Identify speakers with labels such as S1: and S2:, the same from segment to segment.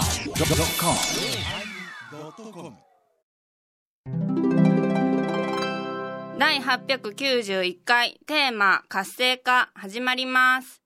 S1: yosmir
S2: 第891回テーマ活性化始まります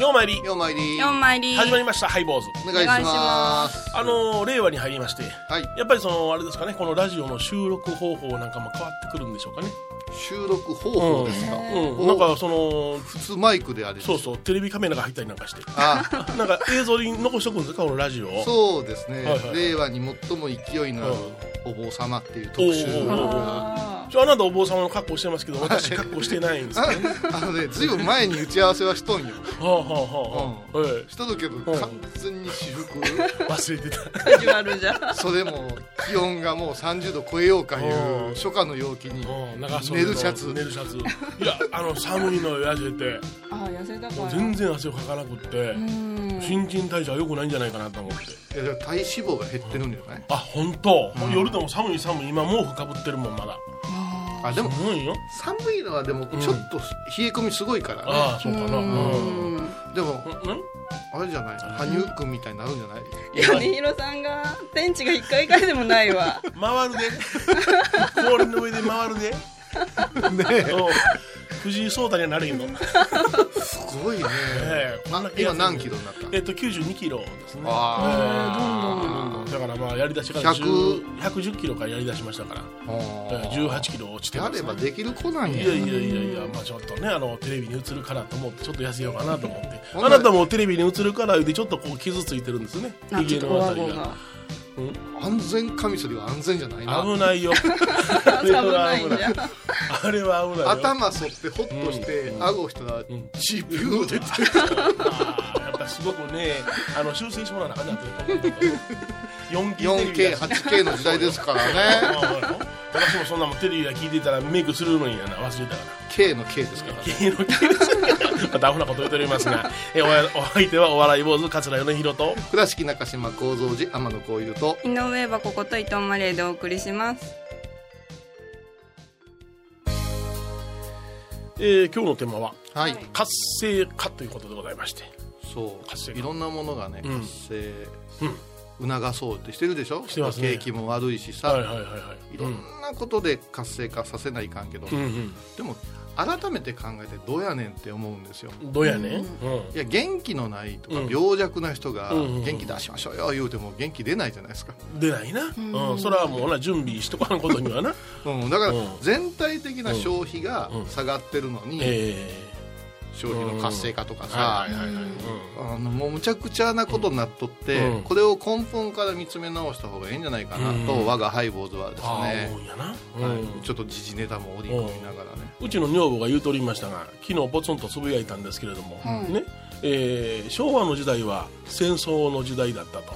S3: ようまいり
S4: ようまいり
S2: 4枚入り
S3: 始まりましたハイボーズ
S4: お願いします
S3: あのー令和に入りまして
S4: はい
S3: やっぱりそのあれですかねこのラジオの収録方法なんかも変わってくるんでしょうかね
S4: 収録方法ですか、
S3: うんなんかその
S4: 普通マイクであれです
S3: そうそうテレビカメラが入ったりなんかして
S4: あ
S3: なんか映像に残しとくんですかこのラジオを
S4: そうですね、
S3: はいはい
S4: 令和に最も勢いのあるお坊様っていう特集
S3: おうおうおう
S4: が
S3: ちょあなたお坊様の格好してますけど私格好してないんですけどね
S4: あのねずいぶん前に打ち合わせはしとんよ
S3: はあはあはあ、え
S4: しとるけど
S3: ん
S4: 完全に私服
S3: え忘れてた
S2: 始まるじゃん
S4: それも気温がもう30度超えようかい
S3: うん
S4: う初夏の陽気に
S3: うん長袖
S4: 寝
S3: の
S4: るシャツ
S3: 寝るシャツいやあの寒いのを痩せて
S5: ああ痩せたか
S3: もう
S5: ら
S3: 全然汗をかかなくって新陳代謝は良くないんじゃないかなと思って
S4: いやでも体脂肪が減ってるんじゃない
S3: あ本当、夜でも寒い寒い今毛布かぶってるもんまだ
S4: あでも
S3: 寒いよ
S4: 寒いのはでもちょっと冷え込みすごいからね、
S3: ああそうかなうんうん
S4: でもあれじゃない羽生君みたいになるんじゃない
S5: 米広さんが天地が一回一回でもないわ
S3: 回る で氷の上で回るでね藤井聡太にはなれんの
S4: すご いね、
S3: ええ
S4: な今何キロになった
S3: えっと92キロですねえ
S4: あ
S3: えだからまあやりだしてから10 110キロからやりだしましたから
S4: ああ
S3: ええ18キロ落ちて
S4: あや
S3: ま
S4: れ
S3: す
S4: ばできる子なん
S3: い
S4: や
S3: やいやいやいや、まあ、ちょっとねあのテレビに映るからと思ってちょっと痩せようかなと思って
S4: ほん
S3: あ
S4: なら
S3: なたもテレビに映るからでちょっとこう傷ついてるんですね
S2: なんか
S3: 髭のあたり
S5: 顎
S3: が
S5: が
S4: 安全カミソリは安全じゃないな
S3: 危ないよあ
S5: 危
S3: れは
S5: ない
S3: 危
S5: ん
S3: ない
S5: じゃん
S3: あれは危ないよ
S4: 頭反ってホッとして、顎をしたら、チビュー出て
S3: あーやっぱすごくねあの修正してもらわなあかんなと思う 4K テレビだし
S4: 4K8K の時代ですからね
S3: あーほら私もそんなもんテレビが聞いてたらメイクするのにやな忘れたから
S4: K の K ですからね
S3: 芸能系ですまたアホなこと言っておりますがえおやお相手はお笑い坊主桂米宏と
S4: 倉敷中島幸三寺天野幸雄と
S2: 井上はここと伊藤マレーでお送りします
S3: えー今日のテーマは
S4: はい
S3: 活性化ということでございまして
S4: そう
S3: 活性化
S4: いろんなものがね
S3: うん
S4: 活性、促そうってしてるでしょ
S3: してますね
S4: 景気も悪いしさ、
S3: はい
S4: い
S3: はいはいはい
S4: ろんなことで活性化させないかんけど、
S3: うんうん
S4: でも改めて考えてどうやねんって思うんですよ
S3: うんどうやねうん、
S4: いや元気のないとか
S3: うん
S4: 病弱な人が
S3: うんうんうん
S4: 元気出しましょうよ言うても元気出ないじゃないですか、
S3: 出ないな、うんそれはもうな準備しとかんことにはな
S4: うん、だから
S3: うん
S4: 全体的な消費が
S3: うん
S4: 下がってるのに、
S3: え
S4: 消費の活性化と
S3: ー、
S4: か
S3: は
S4: さ
S3: いはいはいはい、
S4: あのもうむちゃくちゃなことになっとって、
S3: うん
S4: これを根本から見つめ直した方がいいんじゃないかなと、
S3: うん
S4: 我がハイボーズはです
S3: ああ
S4: ね
S3: 思うんやな、
S4: はい
S3: うん
S4: ちょっと時事ネタも織り込みながらね
S3: うちの女房が言うとおりましたが昨日ポツンとつぶやいたんですけれども、ねえー昭和の時代は戦争の時代だったと、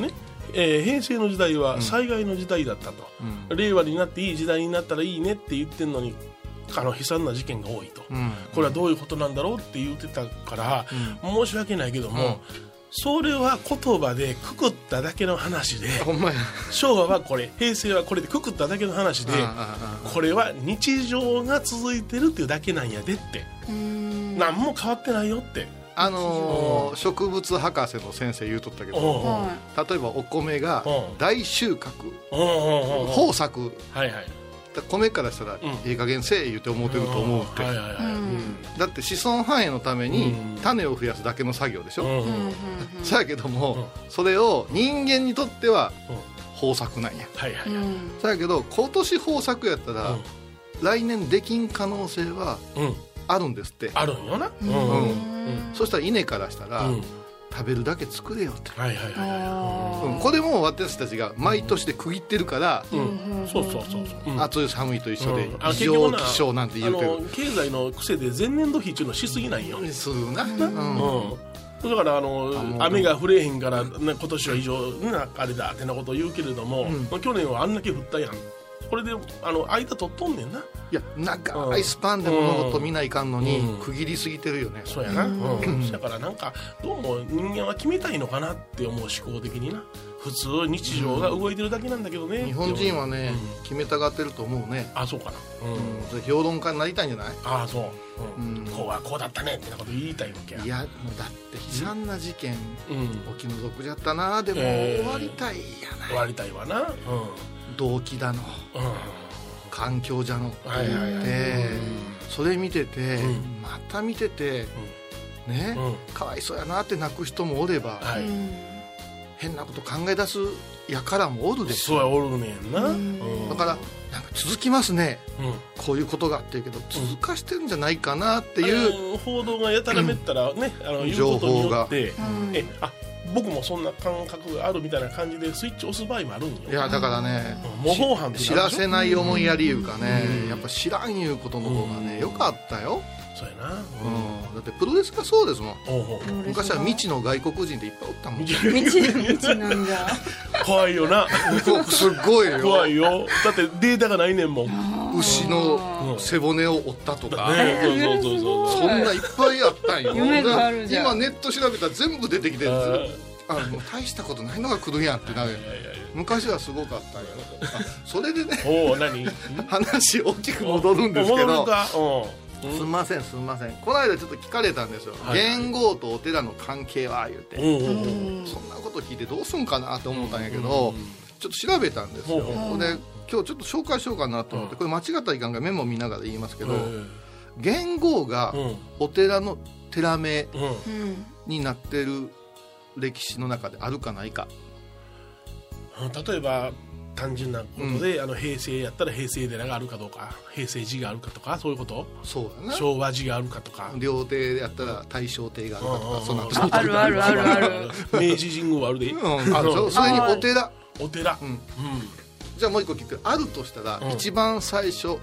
S3: ねえー平成の時代は災害の時代だったと、
S4: う
S3: 令和になっていい時代になったらいいねって言ってるのにあの悲惨な事件が多いと、
S4: うん
S3: これはどういうことなんだろうって言ってたから、申し訳ないけども、
S4: うん
S3: それは言葉でくくっただけの話で
S4: ほんまや
S3: 昭和はこれ平成はこれでくくっただけの話で、
S4: うんうんうん
S3: これは日常が続いてるっていうだけなんやでって何も変わってないよって
S4: あのー植物博士の先生言うとったけ
S3: おう
S4: ど
S3: おう
S4: 例えばお米が
S3: うん
S4: 大収穫
S3: おうおうおうおう
S4: 豊作
S3: はいはい
S4: だ米からしたら
S3: ん
S4: ええ加減せえ言うて思ってると思うって
S3: はいはいはい
S4: だって子孫繁栄のために
S3: うん
S4: 種を増やすだけの作業でし
S3: う
S4: ょ
S3: んうん
S4: そやけどもそれを人間にとっては
S3: うん
S4: 豊作なんや
S3: はいはいはい
S4: そやけど今年豊作やったら来年できん可能性は
S3: うん
S4: あるんですって
S3: あるんよなうん
S4: う
S3: うん
S4: んそしたら稲からしたら
S3: うん
S4: 食べるだけ作れよって
S3: はいはいはいは
S4: うんこれも私たちが毎年で区切ってるから
S3: いうんうんそうそうそうそううん
S4: 暑い寒いと一緒で
S3: うんあ
S4: 異
S3: 結
S4: 常
S3: 局
S4: 気象なんて言うけ
S3: あ
S4: ど
S3: の経済の癖で前年度比っていうのしすぎないようん
S4: するなうん
S3: だからあの
S4: もう
S3: 雨が降れへんから、ね、今年は異常なあれだってなことを言うけれども、去年はあんだけ降ったやんこれであの間取っとんねんな
S4: いや長いスパンで物事見ないかんのに、
S3: うん
S4: 区切りすぎてるよね、
S3: そうやな、
S2: うん
S3: うんだからなんかどうも人間は決めたいのかなって思う思考的にな普通日常が動いてるだけなんだけどね、
S4: 日本人はね、
S3: うん
S4: 決めたがってると思うね、
S3: あそうかなうん、
S4: うんそれ評論家になりたいんじゃない
S3: ああそう、うん
S4: うん
S3: こうはこうだったねってなこと言いたいわけや
S4: いやもうだって悲惨な事件
S3: うん
S4: お気の毒じゃったなでも
S3: えー
S4: 終わりたいや
S3: 終
S4: ない
S3: わりたいわなうん
S4: 動機だの環境じゃのって言っ
S3: はい
S4: て、
S3: はいはい
S4: それ見てて、
S3: うん
S4: また見てて、ね、
S3: うん、うん、
S4: かわいそうやなって泣く人もおれば、
S3: はい、
S4: 変なこと考え出すやからもおるでし
S3: そ
S4: ょ
S3: うやおるねんな、
S2: う
S3: うんん、
S4: だからなんか続きますね
S3: うん、っ
S4: こういうことがっていうけど続かしてるんじゃないかなっていう、
S3: 報道がやたらめったらね、あの言うことによってえあ僕もそんな感覚があるみたいな感じでスイッチ押す場合もあるんよ
S4: いやだからね
S3: うん模倣犯って
S4: 知
S3: なる
S4: ら
S3: でしょ
S4: せない思いやりいうかね、
S3: うん
S4: やっぱ知らんいうことの方がね、よかったよ、
S3: そうやな
S4: うんだってプロレスがそうですもん
S3: おうおう
S4: 昔は未知の外国人でいっぱいおったもん
S5: 道なんだ
S3: 怖いよな
S4: すっごい
S3: 怖
S4: よ
S3: いよだってデータがないねんもん、ね、
S4: 牛の
S3: うん
S4: 背骨を折ったと か、
S3: そうそうそうそう
S4: そんないっぱいあったんよ
S5: 夢があるじゃん
S4: 今ネット調べたら全部出てきてる
S3: あ
S4: あもう大したことないのが来るやんってなるよ
S3: いやいやいや
S4: 昔はすごかったんやあそれでね
S3: おお何
S4: 話大きく戻るんですけ
S3: 戻る
S4: ど
S3: かうん
S4: すんませんすんませんこの間ちょっと聞かれたんですよ、
S3: はい
S4: 元号とお寺の関係は言うて、
S3: うんうんうん
S4: そんなこと聞いてどうすんかなと思ったんやけど、ちょっと調べたんですよ、
S3: ほう
S2: ほう
S4: で今日ちょっと紹介しようかなと思って、
S3: うん
S4: これ間違ったらいかんからメモ見ながら言いますけど、
S3: うん
S4: 元号が
S3: うん
S4: お寺の寺名
S3: うん
S4: になってる歴史の中であるかないか
S3: 例えば単純なことで、あの平成やったら平成寺があるかどうか平成寺があるかとかそういうこと
S4: そうだな
S3: 昭和寺があるかとか
S4: 料亭でやったら大正亭があるかとかそんな
S3: うんうんうん
S5: あるあるあるある
S3: 明治神宮はあるで、
S4: うん、あそうそれにお寺
S3: お寺
S4: うん
S3: う
S4: じゃあもう一個聞くあるとしたら、
S3: うん
S4: 一番最初
S3: んうん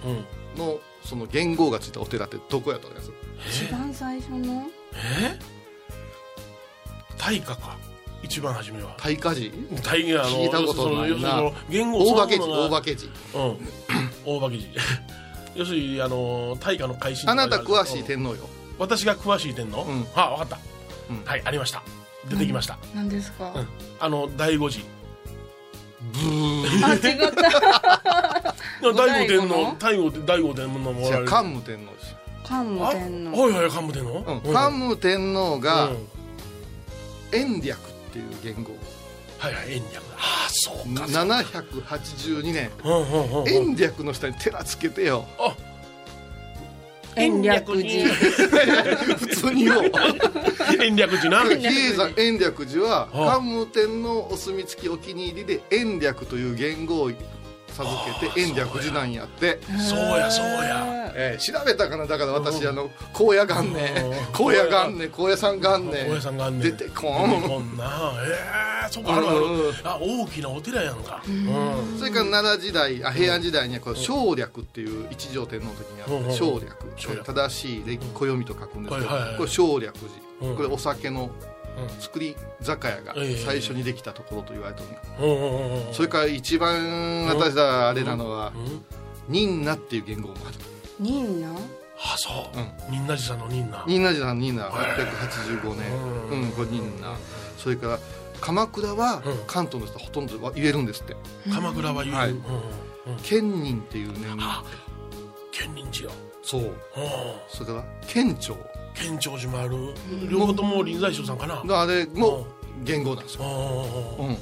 S4: のその元号がついたお寺ってどこやと思います
S5: 一番最初の
S3: え大化か一番初めは
S4: 大火事
S3: 大化あの
S4: 聞いたことないな
S3: その言語
S4: 大
S3: そ
S4: 化
S3: の
S4: け
S3: も
S4: 寺
S3: の
S4: 大
S3: が
S4: 化け寺
S3: うん大化け寺 要するにあの大化の改新
S4: あなた詳しい
S3: 点
S4: 天皇よ
S3: 私が詳しい点の、
S4: うん
S3: あ分かった、
S4: うん
S3: はいありました出てきました、
S5: 何ですか
S3: うんあの第五寺
S5: あ違った
S3: 第五
S5: 後醍醐
S3: 天皇
S5: の
S3: 第五第五天皇もおら
S4: じゃ
S3: れ
S4: あ
S3: る
S4: 桓武天皇です
S5: 桓武
S3: あ
S5: 天
S3: は
S5: 皇
S3: いはい桓武天皇
S4: うん
S3: うん
S4: 桓武天皇
S3: う
S4: が
S3: ん
S4: 延暦っていう元号
S3: はいはい延暦だああそうか
S4: 782年
S3: うんうんうんうん
S4: 延暦の下に寺つけてよ
S3: あ
S5: 延暦寺
S4: 普通によ
S3: 延暦寺な
S5: 暦
S4: 比
S5: 寺
S4: 叡山 延暦寺 は
S3: あ
S4: 桓武天皇お墨付きお気に入りで延暦という元号を授けて延暦寺なんやって、
S3: そうやそうや
S4: えー調べたかなだから私あの高野元年
S3: うん
S4: 高野元年高野山元
S3: おや
S4: 年
S3: さんがあんね
S4: 出
S3: ん出て
S4: てこん
S3: こんなええそこあるあ
S4: うん
S3: るあ大きなお寺やんかうん
S4: それから奈良時代あ平安時代にはこの省略っていう一条天皇の時にあ
S3: うん
S4: っ
S3: うん
S4: た省略
S3: 省略
S4: 正しいで暦と書くんですけど
S3: はいはいはい
S4: これ省略
S3: うん
S4: 寺これお酒の
S3: う
S4: 造り酒屋が最初にできたところと言われてる
S3: うんうんうんうん
S4: それから一番私らあれなのは
S3: うん
S4: 「忍ナ」っていう言語もある
S5: 忍な
S3: あそう
S4: うん
S3: 仁和寺さんの仁和
S4: 忍ナじゃん忍ナ885
S3: うん
S4: 年うんこれ忍ナそれから鎌倉は
S3: うん
S4: 関東の人はほとんどは言えるんですって
S3: 鎌倉は言
S4: は
S3: う
S4: い
S3: うんうんうん
S4: 県人っていう年号
S3: あ建仁寺よ
S4: そう
S3: うん
S4: それから県庁
S3: 県庁寺もある両方とも臨済宗さんかな
S4: あれも言語なんですよ
S3: うん
S4: うん、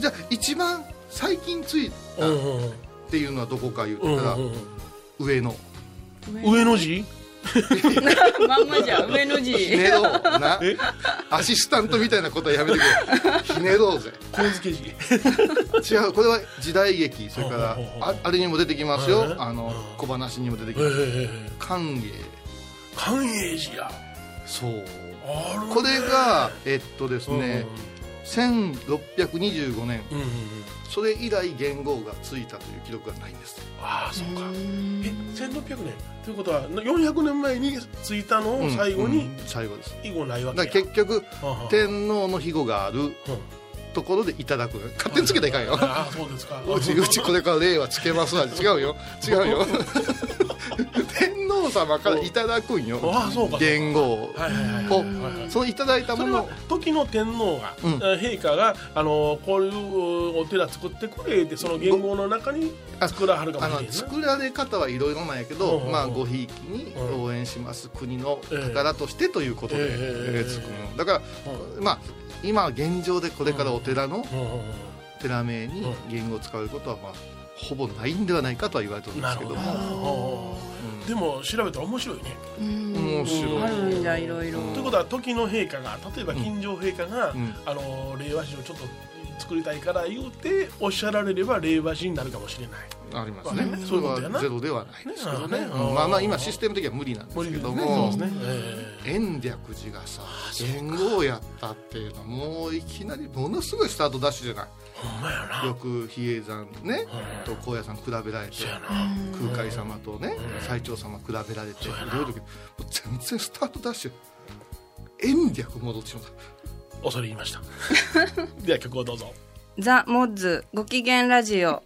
S4: じゃあ一番最近ついた
S3: う
S4: っ
S3: んうん
S4: ていうのはどこか言う
S3: うん
S4: たら、
S3: うん
S4: 上野
S3: うん上の字
S5: まんまじゃん上の
S4: ひ
S5: 字
S4: ねろうなアシスタントみたいなことはやめてく れひねろうぜ
S3: 神付寺
S4: 違うこれは時代劇それから
S3: ほうほうほうほう
S4: ああれにも出てきます
S3: へえ
S4: よあ
S3: う
S4: の
S3: ん
S4: 小話にも出てき
S3: ええ
S4: ます
S3: ええ
S4: 寛永
S3: 寛永寺や
S4: そう
S3: あるね
S4: これがえっとです
S3: うんうんうん
S4: ね、1625年
S3: うんうんうん
S4: それ以来元号がついたという記録がないんです
S3: ああそうかえ
S5: ん
S3: 1600年ということは400年前に着いたのを最後
S4: う
S3: に
S4: ん最後です
S3: 以後ないわ
S4: だ
S3: け
S4: から
S3: や
S4: 結局
S3: はあはあ
S4: 天皇の庇護があるところでいただく勝手につけたらいかんよ
S3: ああそうですか
S4: うちうちこれから令和つけますなんて違うよ違う よ天皇様からいただくんよ
S3: ああそうか
S4: 元号を
S3: はいはいはいはいはいはい
S4: そのいただいた
S3: そ
S4: も
S3: れ
S4: の
S3: は
S4: を
S3: 時の天皇が、
S4: うん
S3: えー陛下が、あのーこういうお寺作ってくれってその言語の中に
S4: あ
S3: 作らはるか
S4: あ
S3: もし
S4: の
S3: れない
S4: 作られ方はいろいろなんやけ
S3: う
S4: ど
S3: んうんうん
S4: まあごひいきに応援します国の宝としてということで
S3: ええええ
S4: えー作るのだからまあ今現状でこれからお寺の
S3: うんうんうん
S4: 寺名に言語を使うことはまあほぼないんではないかとは言われてるんで
S3: な
S4: す
S3: るほ
S4: けど
S3: ど
S4: も
S3: うんでも調べたら面白いね、う
S4: 面
S3: ん
S5: あ
S4: 白い
S5: るんじゃいろいろ
S4: うん
S3: ということは時の陛下が例えば金城陛下が、
S4: うん
S3: あのー令和史をちょっと作りたいから言うておっしゃられれば令和史になるかもしれない
S4: ありますね
S3: うん
S4: それはゼロではないですけどね
S3: ねうん
S4: うんまあまあ今システム的には無理なんですけど
S3: そう
S4: も
S3: ですね、ええ
S4: 延暦寺がさ元号やったっていうのはもういきなりものすごいスタートダッシュじゃない
S3: ほんまやな
S4: よく比叡山ねと高野山比べられて
S3: そうやな
S4: 空海様とね最長様比べられていろいろだけどもう全然スタートダッシュ延暦戻ってしまった
S3: 恐れ入りました では曲をどうぞ
S2: ザ・モッズご機嫌ラジオ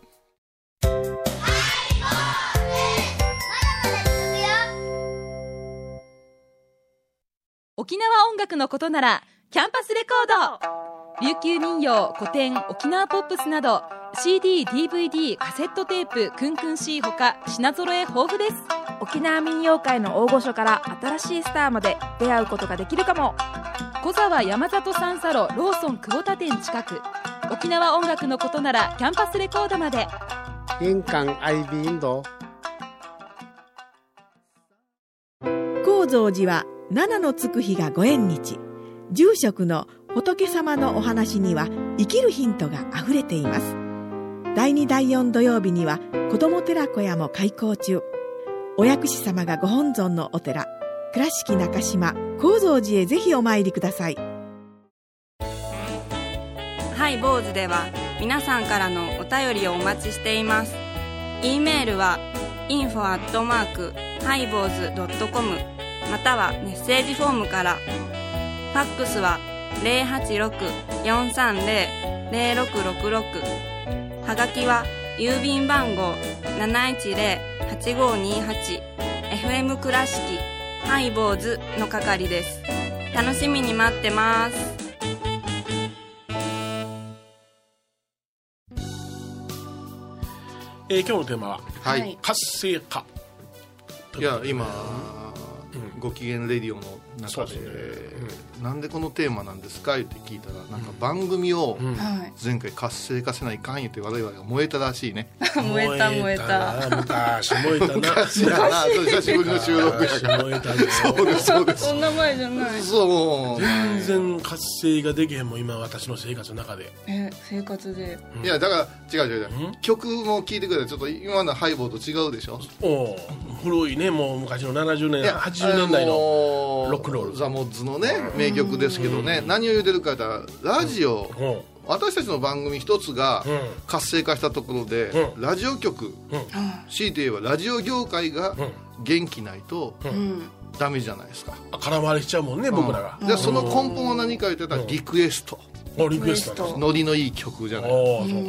S1: 沖縄音楽のことならキャンパスレコード琉球民謡古典沖縄ポップスなど CDDVD カセットテープクンクン C ほか品揃え豊富です
S6: 沖縄民謡界の大御所から新しいスターまで出会うことができるかも
S1: 小沢山里三佐路ローソン久保田店近く沖縄音楽のことならキャンパスレコードまで
S7: 印鑑 IB インド
S8: 高蔵寺は七のつく日がご縁日住職の仏様のお話には生きるヒントがあふれています第2第4土曜日には子ども寺小屋も開校中お薬師様がご本尊のお寺倉敷中島・高蔵寺へぜひお参りください
S2: ハイボーズでは皆さんからのお便りをお待ちしています。e メールは info アットマークハイボーズドットコムまたはメッセージフォームから。ファックスは086-430-0666はがきは郵便番号710-8528 FM 倉敷ハイボーズの係です。楽しみに待ってます。
S3: えー今日のテーマは
S4: はい
S3: 活性化
S4: いや今
S3: う
S4: ご機嫌レディオの
S3: そ
S4: 中
S3: うで
S4: です
S3: ね
S4: なんでこのテーマなんですかって聞いたらなんか番組を
S3: ん
S5: はい
S4: 前回活性化せないかんよって我々が燃えたらしいね
S5: 燃えた燃えた
S3: な昔燃えたな
S4: 昔やなそう久しぶりの収録や
S3: 昔
S4: から
S3: 燃えたな
S4: そうですそうです
S5: そんな前じゃない
S4: そう
S3: 全然活性ができへんもん今私の生活の中で
S5: え生活で
S4: いやだから違う違う違
S3: ん
S4: う曲も聴いてくれたらちょっと今のハイボーと違うでしょ
S3: おお古いねもう昔の70
S4: い
S3: 年80年代の
S4: の
S3: ロックンロール
S4: ザ・モッズのね名曲ですけどね何を言うてるかというとラジオ
S3: うんうん
S4: 私たちの番組一つが
S3: うん
S4: 活性化したところで
S3: うん
S4: ラジオ局強いて言えばラジオ業界が
S3: ん
S4: 元気ないと
S5: うん
S4: ダメじゃないですか
S3: あ空回りしちゃうもんね僕らが
S4: でその根本は何か言ってたらリクエスト
S3: おリクエストなんです
S4: ノリのいい曲じゃない
S3: おおそうかそう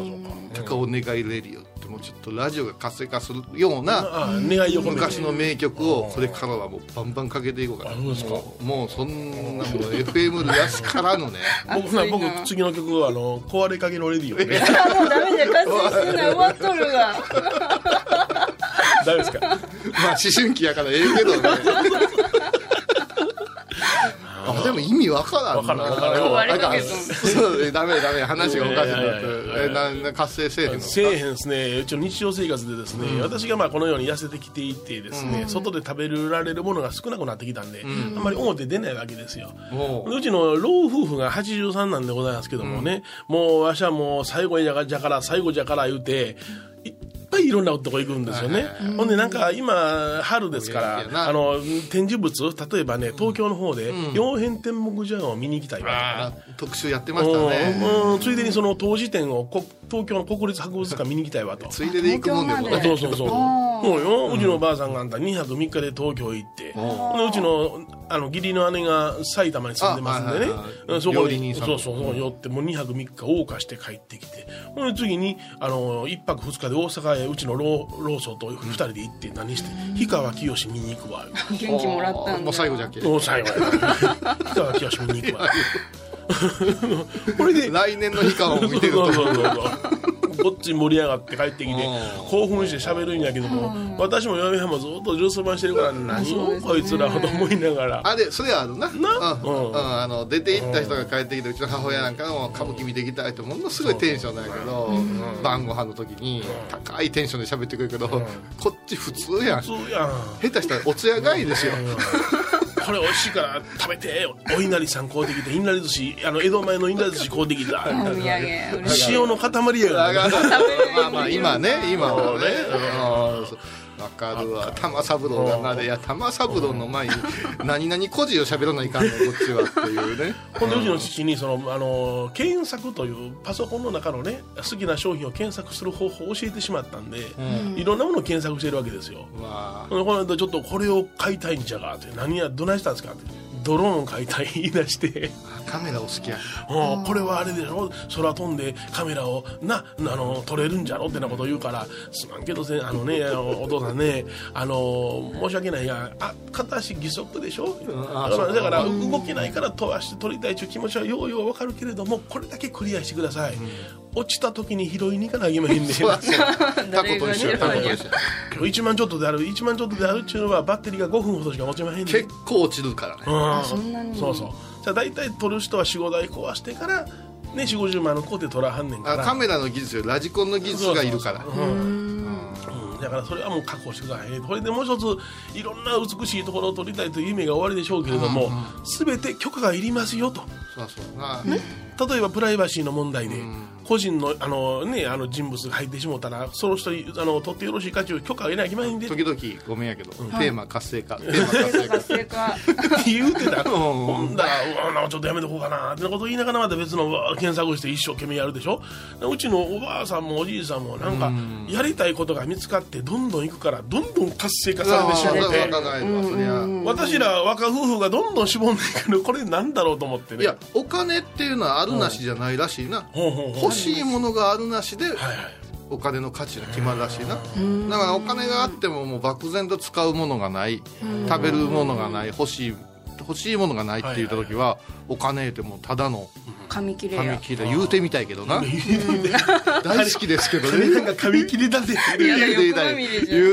S3: か
S4: とかお願いレディオってもうちょっとラジオが活性化するような
S3: あ願いを込めて
S4: 昔の名曲をこれからはもうバンバンかけていこうかな
S3: あそうですか
S4: もうもうそんなもう FM のやつからのね
S3: 僕な僕次の曲はあの壊れかけのレディオね
S5: あもうダメじゃ 活性すんな終わっとるが
S3: 大丈夫ですか
S4: まあ思春期やからええけ どねあでも意味わからんな
S3: わからんわ
S5: からん
S4: なん
S5: 壊れかけとん
S4: そうえダメダメ話がおかしくなっ
S3: いや
S4: て
S3: いやいやいや
S4: えなな活性せえへんの
S3: せえへんですねうちの日常生活でですね、私がまあこのように痩せてきていてですね、外で食べられるものが少なくなってきたんで、あんまり表出ないわけですよ、
S4: もう
S3: うちの老夫婦が83なんでございますけどもね、もうわしはもう最後じゃがじゃから最後じゃから言うていっぱいいろんなとこ行くんですよね、ほんでなんか今春ですか
S4: いや
S3: ら
S4: な
S3: あの展示物例えばね東京の方で曜変天目茶碗を見に行きたいわとかね
S4: あ特集やってましたね
S3: うんうんついでにその当時展をこ東京の国立博物館見に行きたいわと。
S4: ついでで行くもんでも
S5: 東京ま
S4: ね
S5: で
S3: そうそうそう。そうようちのばあさんがあんた2泊3日で東京行ってほんでうちのあの義理の姉が埼玉に住んでますんでね
S4: あはいはいはい
S3: そこ
S4: 料理
S3: に
S4: 人さん
S3: そうそうそう寄ってもう2泊3日謳歌して帰ってきてほんで次にあの1泊2日で大阪へうちの老老祖と2人で行って何して氷川きよし見に行くわ
S5: 元気もらったんだ
S4: もう最後じゃんけ
S3: お最後やな氷川きよし見に行く わ
S4: これで来年の日間を見てる
S3: そ
S4: と
S3: うそうそうそうこっち盛り上がって帰ってきて
S4: うん
S3: 興奮して喋るんやけども私も嫁はんもずっと留守番してるから何をこいつらと思いながら
S4: あれそれはあるな
S3: な
S4: うん
S3: うん
S4: うんあの出て行った人が帰ってきてうちの母親なんかも歌舞伎見てきたいってものすごいテンションだけど、晩ご飯の時に高いテンションで喋ってくるけど、こっち普通やん下
S3: そうやん
S4: 手したらおつやがいですよ、
S3: これ美味しいから食べておいなりさん買うてきていなり寿司あの江戸前のいなり寿司買うて き
S5: お
S3: た
S5: 土産
S3: 塩の塊や
S4: だ
S3: が
S4: かららまあまあ今ね今はねうんわかるわ玉三郎がなでいや玉三郎の 前に何々個人を喋らないかんのこっちはっていうね
S3: ほんでうちの父にそのあの検索というパソコンの中のね好きな商品を検索する方法を教えてしまったんで、いろんなものを検索してるわけですよ、
S4: まあ
S3: この間ちょっとこれを買いたいんじゃがって何やどないしたんですかってドローンを買いたい言い出して
S4: カメラお好きや
S3: うんこれはあれでしょ空飛んでカメラをなあの撮れるんじゃろってなこと言うからすまんけどせあのねおお父さんねあの申し訳ないがあ片足義足でしょ
S4: あ
S3: だか
S4: そ
S3: ら
S4: う
S3: だから動けないから飛ばして撮りたいという気持ちはようようわかるけれどもこれだけクリアしてください、落ちた時に拾いに行かなきゃいけませんね
S4: そう だそうだタコと一緒やタコと一緒や
S3: 今日1万ちょっとである1万ちょっとであるっちゅうのはバッテリーが5分ほどしか持ちまへんねん
S4: 結構落ちるからね
S3: うんそうそうじゃあ大体取る人は45台壊してからね4 5 0万の工程取らはんねんか
S4: あ
S3: ら
S4: カメラの技術よりラジコンの技術がいるから
S3: そうそうそううんだからそれはもう確保してくださいねこれでもう一ついろんな美しいところを撮りたいという夢が終わりでしょうけれども、全て許可がいりますよと
S4: そうそうな
S3: 例えばプライバシーの問題で個人のあの,、ね、あの人物が入ってしもうたらその人にあの撮ってよろしいかという許可を得なきゃいけませんで
S4: 時々ごめんやけどテーマ活性化テーマ活性化
S5: 成果
S3: 言 うて たほんだらうわちょっとやめとこうかなってなこと言いながらまた別のうわ検索して一生懸命やるでしょでうちのおばあさんもおじいさんもなんかやりたいことが見つかってどんどん行くからどんどん活性化されてしまって私ら若夫婦がどんどんしぼんでいくのこれなんだろうと思ってね
S4: いやお金っていうのはあるなしじゃないらしいな
S3: ほうほうほう
S4: 欲しいものがあるなしで
S3: はいはい
S4: お金の価値が決まるらしいなだからお金があってももう漠然と使うものがない食べるものがない欲しい欲しいものがないって言った時はお金ってもうただの
S5: 紙切れ
S4: 紙
S5: や
S4: 切れ言うてみたいけどな 大好きですけどね
S3: なんか紙切りだぜ
S4: いやいや
S5: いや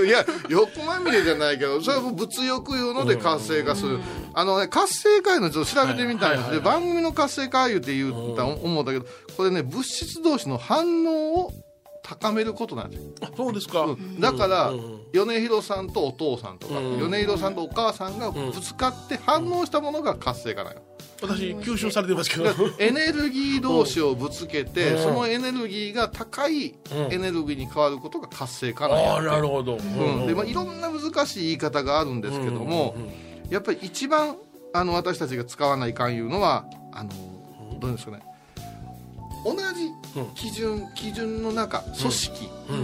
S4: いや
S5: 横まみれじゃん
S4: いや横まみれじゃないけどそれはもう物欲いうので活性化する、あのね活性化いうのちょっと調べてみたん
S3: はいは
S4: です、
S3: いはい
S4: で番組の活性化いうて言った思ったけどこれね物質同士の反応を高めることなんですよ、
S3: あそうですか、
S4: うんだから、
S3: うん
S4: 米広さんとお父さんとか、
S3: うん
S4: 米広さんとお母さんがぶつかって反応したものが活性化なのよ
S3: 私吸収されてますけど
S4: だからエネルギー同士をぶつけて、
S3: うん
S4: そのエネルギーが高いエネルギーに変わることが活性化なんや
S3: あ
S4: って
S3: あなるほど、
S4: うんでまあ、いろんな難しい言い方があるんですけども、
S3: うんうん
S4: やっぱり一番あの私たちが使わないかんいうのはあのどうですかね同じ基準、基準の中組織、
S3: うん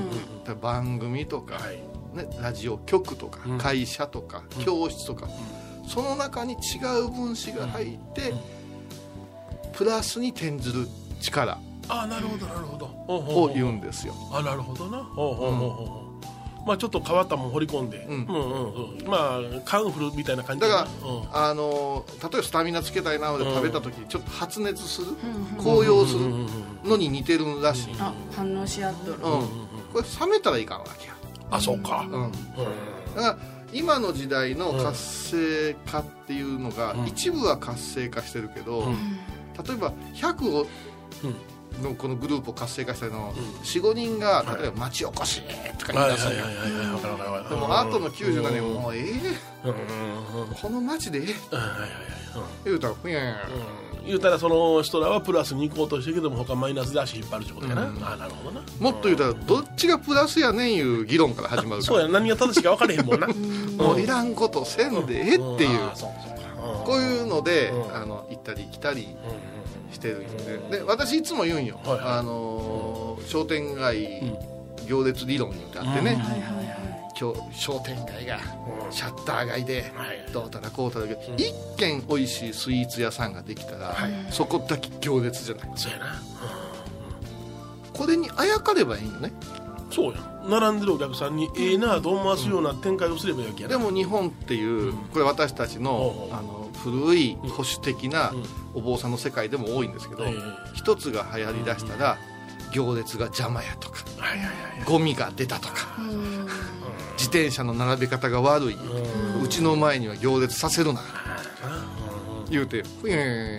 S3: うん
S4: 番組とか、
S3: はい
S4: ね、ラジオ局とか、
S3: うん
S4: 会社とか、教室とか、その中に違う分子が入って、プラスに転ずる力
S3: ああなるほどなるほどほうほうほ
S4: を
S3: う
S4: 言うんですよ。
S3: あなるほどなほうほうほうほう、まあちょっと変わったもん掘り込んで、う
S4: うんん、
S3: うんうんまあカンフルみたいな感じ
S4: だ
S3: な
S4: か
S3: うん
S4: ら、あの例えばスタミナつけたいなので食べた時にちょっと発熱する、
S5: うん
S4: 高揚す
S3: う
S4: る
S3: んうんうん
S4: のに似てるらしい、うん
S5: あ反応し合っとる
S4: これ冷めたらいかんわけや、
S3: あそうか、
S4: うん、だ
S3: う
S4: から今の時代の活性化っていうのが、
S3: うん
S4: 一部は活性化してるけど、
S3: んうん
S4: 例えば100を、のこのグループを活性化したの、45人が例えば「町おこし!」とか言
S3: はいい
S4: 出
S3: は
S4: すん
S3: い
S4: よ
S3: はいはいはいわかるわかるわか
S4: で
S3: る
S4: もあとの97年も「もうええ
S3: うんうんうんうん
S4: この町でええ
S3: はいはいはい」
S4: 言うたらふやん
S3: うん言うたらその人らはプラスに行こうとしてるけども他マイナスで足引っ張るってことやな、
S4: うん
S3: あなるほどな
S4: もっと言うたらどっちがプラスやねんいう議論から始まるか
S3: そう
S4: ら
S3: や何が正しいか分かれへんもんな
S4: もういらんことせんでええっていう
S3: あーそうそうかうん
S4: こういうので、
S3: うん
S4: あの行ったり来た
S3: う
S4: り
S3: んうんうん
S4: してるんでで私いつも言うんよ、
S3: はいはい
S4: あのー商店街行列理論にってあってね、今日商店街がシャッター街でどうたらこうたらけど一軒美味しいスイーツ屋さんができたらそこだけ行列じゃない
S3: そうやな
S4: これにあやかればいいよね
S3: そうや並んでるお客さんにええなと思わすような展開をすればいいわけや
S4: で
S3: な
S4: も日本っていうこれ私たちの
S3: うん
S4: あの古い保守的な
S3: うん
S4: お坊さんの世界でも多いんですけど
S3: ええ
S4: 一つが流行りだしたら行列が邪魔やとか
S3: はいはいはい
S4: ゴミが出たとか自転車の並べ方が悪い
S3: うん
S4: うちの前には行列させるな
S3: うん
S4: 言うてふやんやんやん
S3: う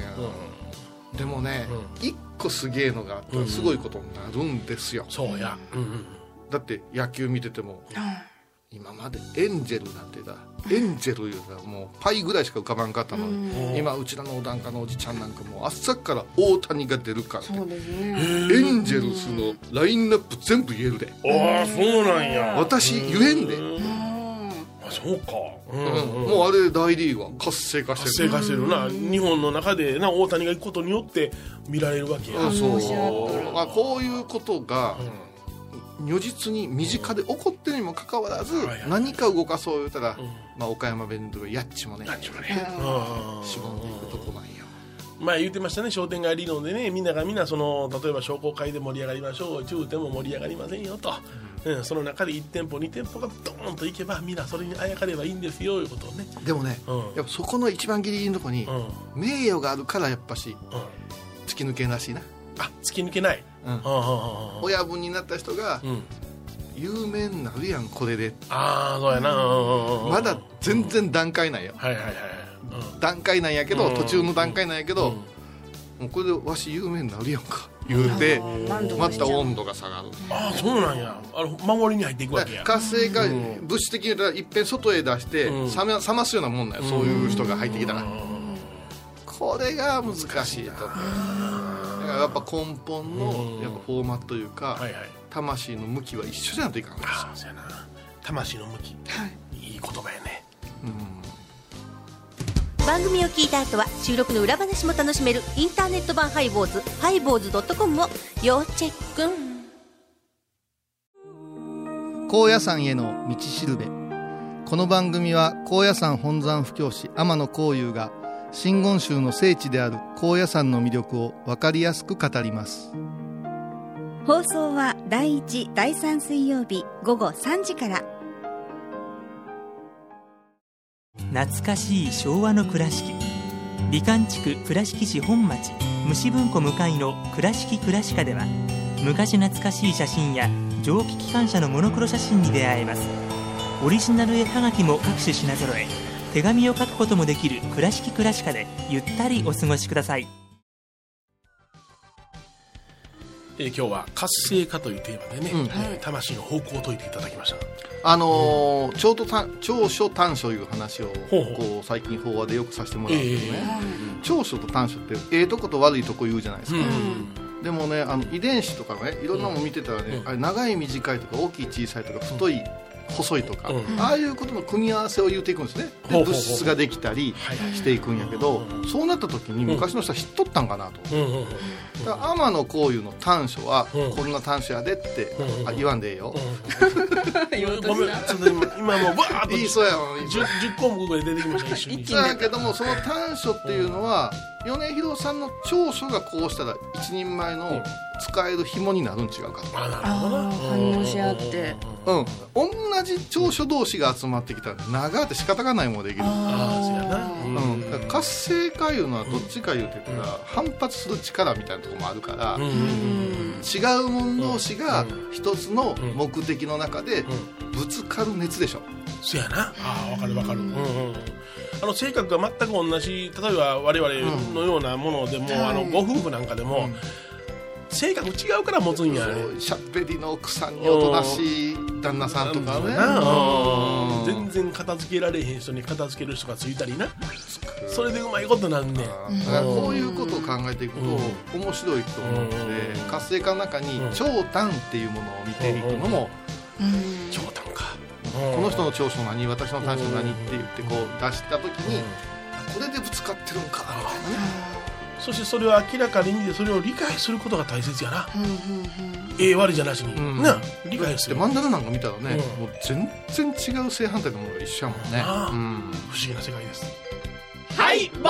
S3: ん
S4: でもね一個すげえのがあったらすごいことになるんですよ
S3: そうやうんうん
S4: だって野球見てても今までエンジェルなんてだエンジェルいうのはもうパイぐらいしか浮かばんかったのに今うちらのお団家のおじちゃんなんかもう朝から大谷が出るからねエンジェルスのラインナップ全部言えるで
S3: ああそうなんや
S4: 私言えんで
S3: あそうかう
S4: うん
S3: んうん
S4: もうあれ大リーグは活性化し
S3: 活
S4: てる
S3: 性化してるな日本の中でな大谷が行くことによって見られるわけや
S4: うんそうまあこういうことが如実に身近で起こってるにもかかわらず
S3: はいはい
S4: 何か動かそう言うたら
S3: うん
S4: まあ岡山弁でもやっちもね
S3: なんちゅうかねああ
S4: 絞っていくとこなんよ
S3: 前言ってましたね商店街理論でねみんながみんなその例えば商工会で盛り上がりましょう中でも盛り上がりませんよと、うんその中で1店舗2店舗がドーンといけばみんなそれにあやかればいいんですよいうことをね
S4: でもね
S3: うん
S4: やっぱそこの一番ギリギリのとこに
S3: うんうん
S4: 名誉があるからやっぱし突き抜けんらしいな
S3: あ突き抜けない、
S4: うん
S3: うんうんうん
S4: 親分になった人が
S3: うん、
S4: 有名になるやんこれで
S3: ああそうやな、うんうんうんうん
S4: まだ全然段階なんよ
S3: はいはいはい
S4: 段階なんやけ
S3: う
S4: ど
S3: ん
S4: 途中の段階なんやけど
S3: うん
S4: もうこれでわし有名になるやんか言うてまた温度が下がる
S3: ああそうなんやあの守りに入っていくわけや
S4: 活性化
S3: うん
S4: 物質的に言うたらいっぺん外へ出して
S3: うん
S4: 冷め冷ますようなもんだよそういう人が入ってきた
S3: う
S4: ら
S3: ん
S4: これが難しいとだからやっぱ根本
S3: う
S4: の
S3: ん
S4: やっぱフォーマットいうか
S3: はいはい
S4: 魂の向きは一緒じゃないといかんです
S3: ああそうやな魂の向き、い、い言葉やね
S9: 番組を聞いた後は収録の裏話も楽しめるインターネット版ハイボーズハイボーズ .com を要チェック
S10: 高野山への道しるべこの番組は高野山本山布教師天野幸雄が真言宗の聖地である高野山の魅力を分かりやすく語ります
S9: 放送は第1第3水曜日午後3時から
S11: 懐かしい昭和の倉敷美観地区倉敷市本町虫文庫向かいの「倉敷倉歯科」では昔懐かしい写真や蒸気機関車のモノクロ写真に出会えますオリジナル絵はがきも各種品揃え手紙を書くこともできる「倉敷倉歯科」でゆったりお過ごしください
S3: えー今日は活性化というテーマでね、
S4: うん
S3: えー魂の方向を解いていただきました
S4: あのー長途短長所短所いう話を
S3: ほうほう
S4: こう最近法話でよくさせてもらうんですけどね、
S3: え
S4: 長所と短所ってええとこと悪いとこ言うじゃないです
S3: う
S4: か、
S3: ん
S4: でもねあの遺伝子とかねいろんなもん見てたらね、
S3: うん
S4: あれ長い短いとか大きい小さいとか太い、細いとか、
S3: うん
S4: ああいうことの組み合わせを言うていくんですねで
S3: ほうほうほう
S4: 物質ができたりしていくんやけど、そうなった時に昔の人は知っとったんかなと、
S3: うんうんうん
S4: だから天野幸雄の短所は、
S3: うん
S4: こんな短所やでって、
S3: うん
S4: あ 言わんでええよ、
S3: うんごめんちょっと今今もうわーっと
S4: いいそうやのに
S3: 10, 10項目ぐらい出てきました一緒に
S4: そうやけどもその短所っていうのは米広さんの長所がこうしたら一人前の使える紐になるん違うか
S3: あなるほどな
S5: 反応し合って
S4: うん同じ長所同士が集まってきたら長って仕方がないもんできる
S3: ああそうや
S4: う
S3: な、うん
S4: ん、だから活性化いうのはどっちか言うてたら反発する力みたいなところもあるから
S3: うんうん
S4: 違うもん同士が
S3: う
S4: 一つの目的の中でぶつかる熱でしょ
S3: そうやなああわかるわかる、うんうんあの性格が全く同じ例えば我々のようなものでも、あのご夫婦なんかでも、性格違うから持つんやね
S4: しゃべりの奥さんにおとなしい旦那さんとかね
S3: な
S4: うん
S3: 全然片付けられへん人に片付ける人がついたりなそれでうまいことなんねん
S4: だからこういうことを考えていくと面白いと思うので
S3: うん
S4: 活性化の中に
S3: うん
S4: 長短っていうものを見ていくのも
S3: 長短か
S4: こ
S3: こ
S4: の人の長所何私の短所何って言ってこう出した時に
S3: う
S4: これでぶつかってるんかみたいなね
S3: そしてそれを明らかに見てそれを理解することが大切やな、ええ悪いじゃなしに、な理解する
S4: マンダラなんか見たらね、もう全然違う正反対のものが一緒やもんね、
S3: 不思議な世界です
S12: はい坊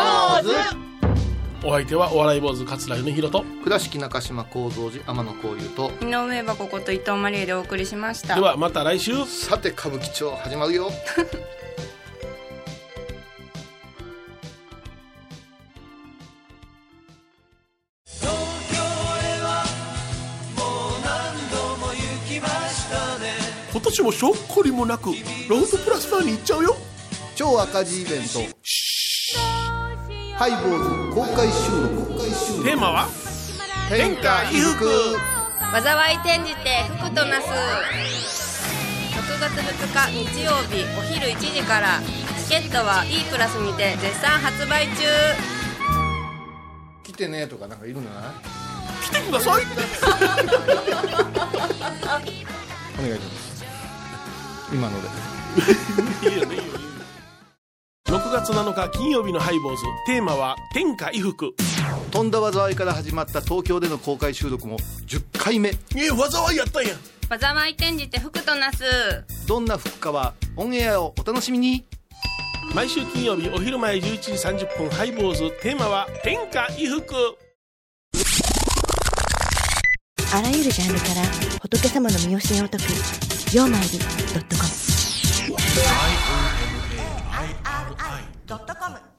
S12: 主
S3: お相手はお笑い坊主桂米宏と
S4: 倉敷中島幸三寺天野幸雄と
S2: 井上はここと伊藤マリエでお送りしました
S3: ではまた来週
S4: さて歌舞伎町始まるよ
S3: 今年もしょっこりもなくロフトプラスターに行っちゃうよ
S13: 超赤字イベントハイボーズ公開収録
S3: テーマは
S13: 天下衣服
S2: 災い転じて福となす6月2日日曜日お昼1時からチケットは E プラスにて絶賛発売中
S4: 来てねとかなんかいるんじゃない
S3: 来てくだ さい
S4: お願いします今ので
S3: いいよねいいよね6月7日金曜日のハイボーズテーマは天下衣服
S4: とんだ災いから始まった東京での公開収録も10回目
S3: え災いやったんや
S2: 災い転じて福となす
S4: どんな服かはオンエアをお楽しみに
S3: 毎週金曜日お昼前11時30分ハイボーズテーマは天下衣服
S14: あらゆるジャンルから仏様の身教えを解く「曜マイルドットコム」
S15: ドットコム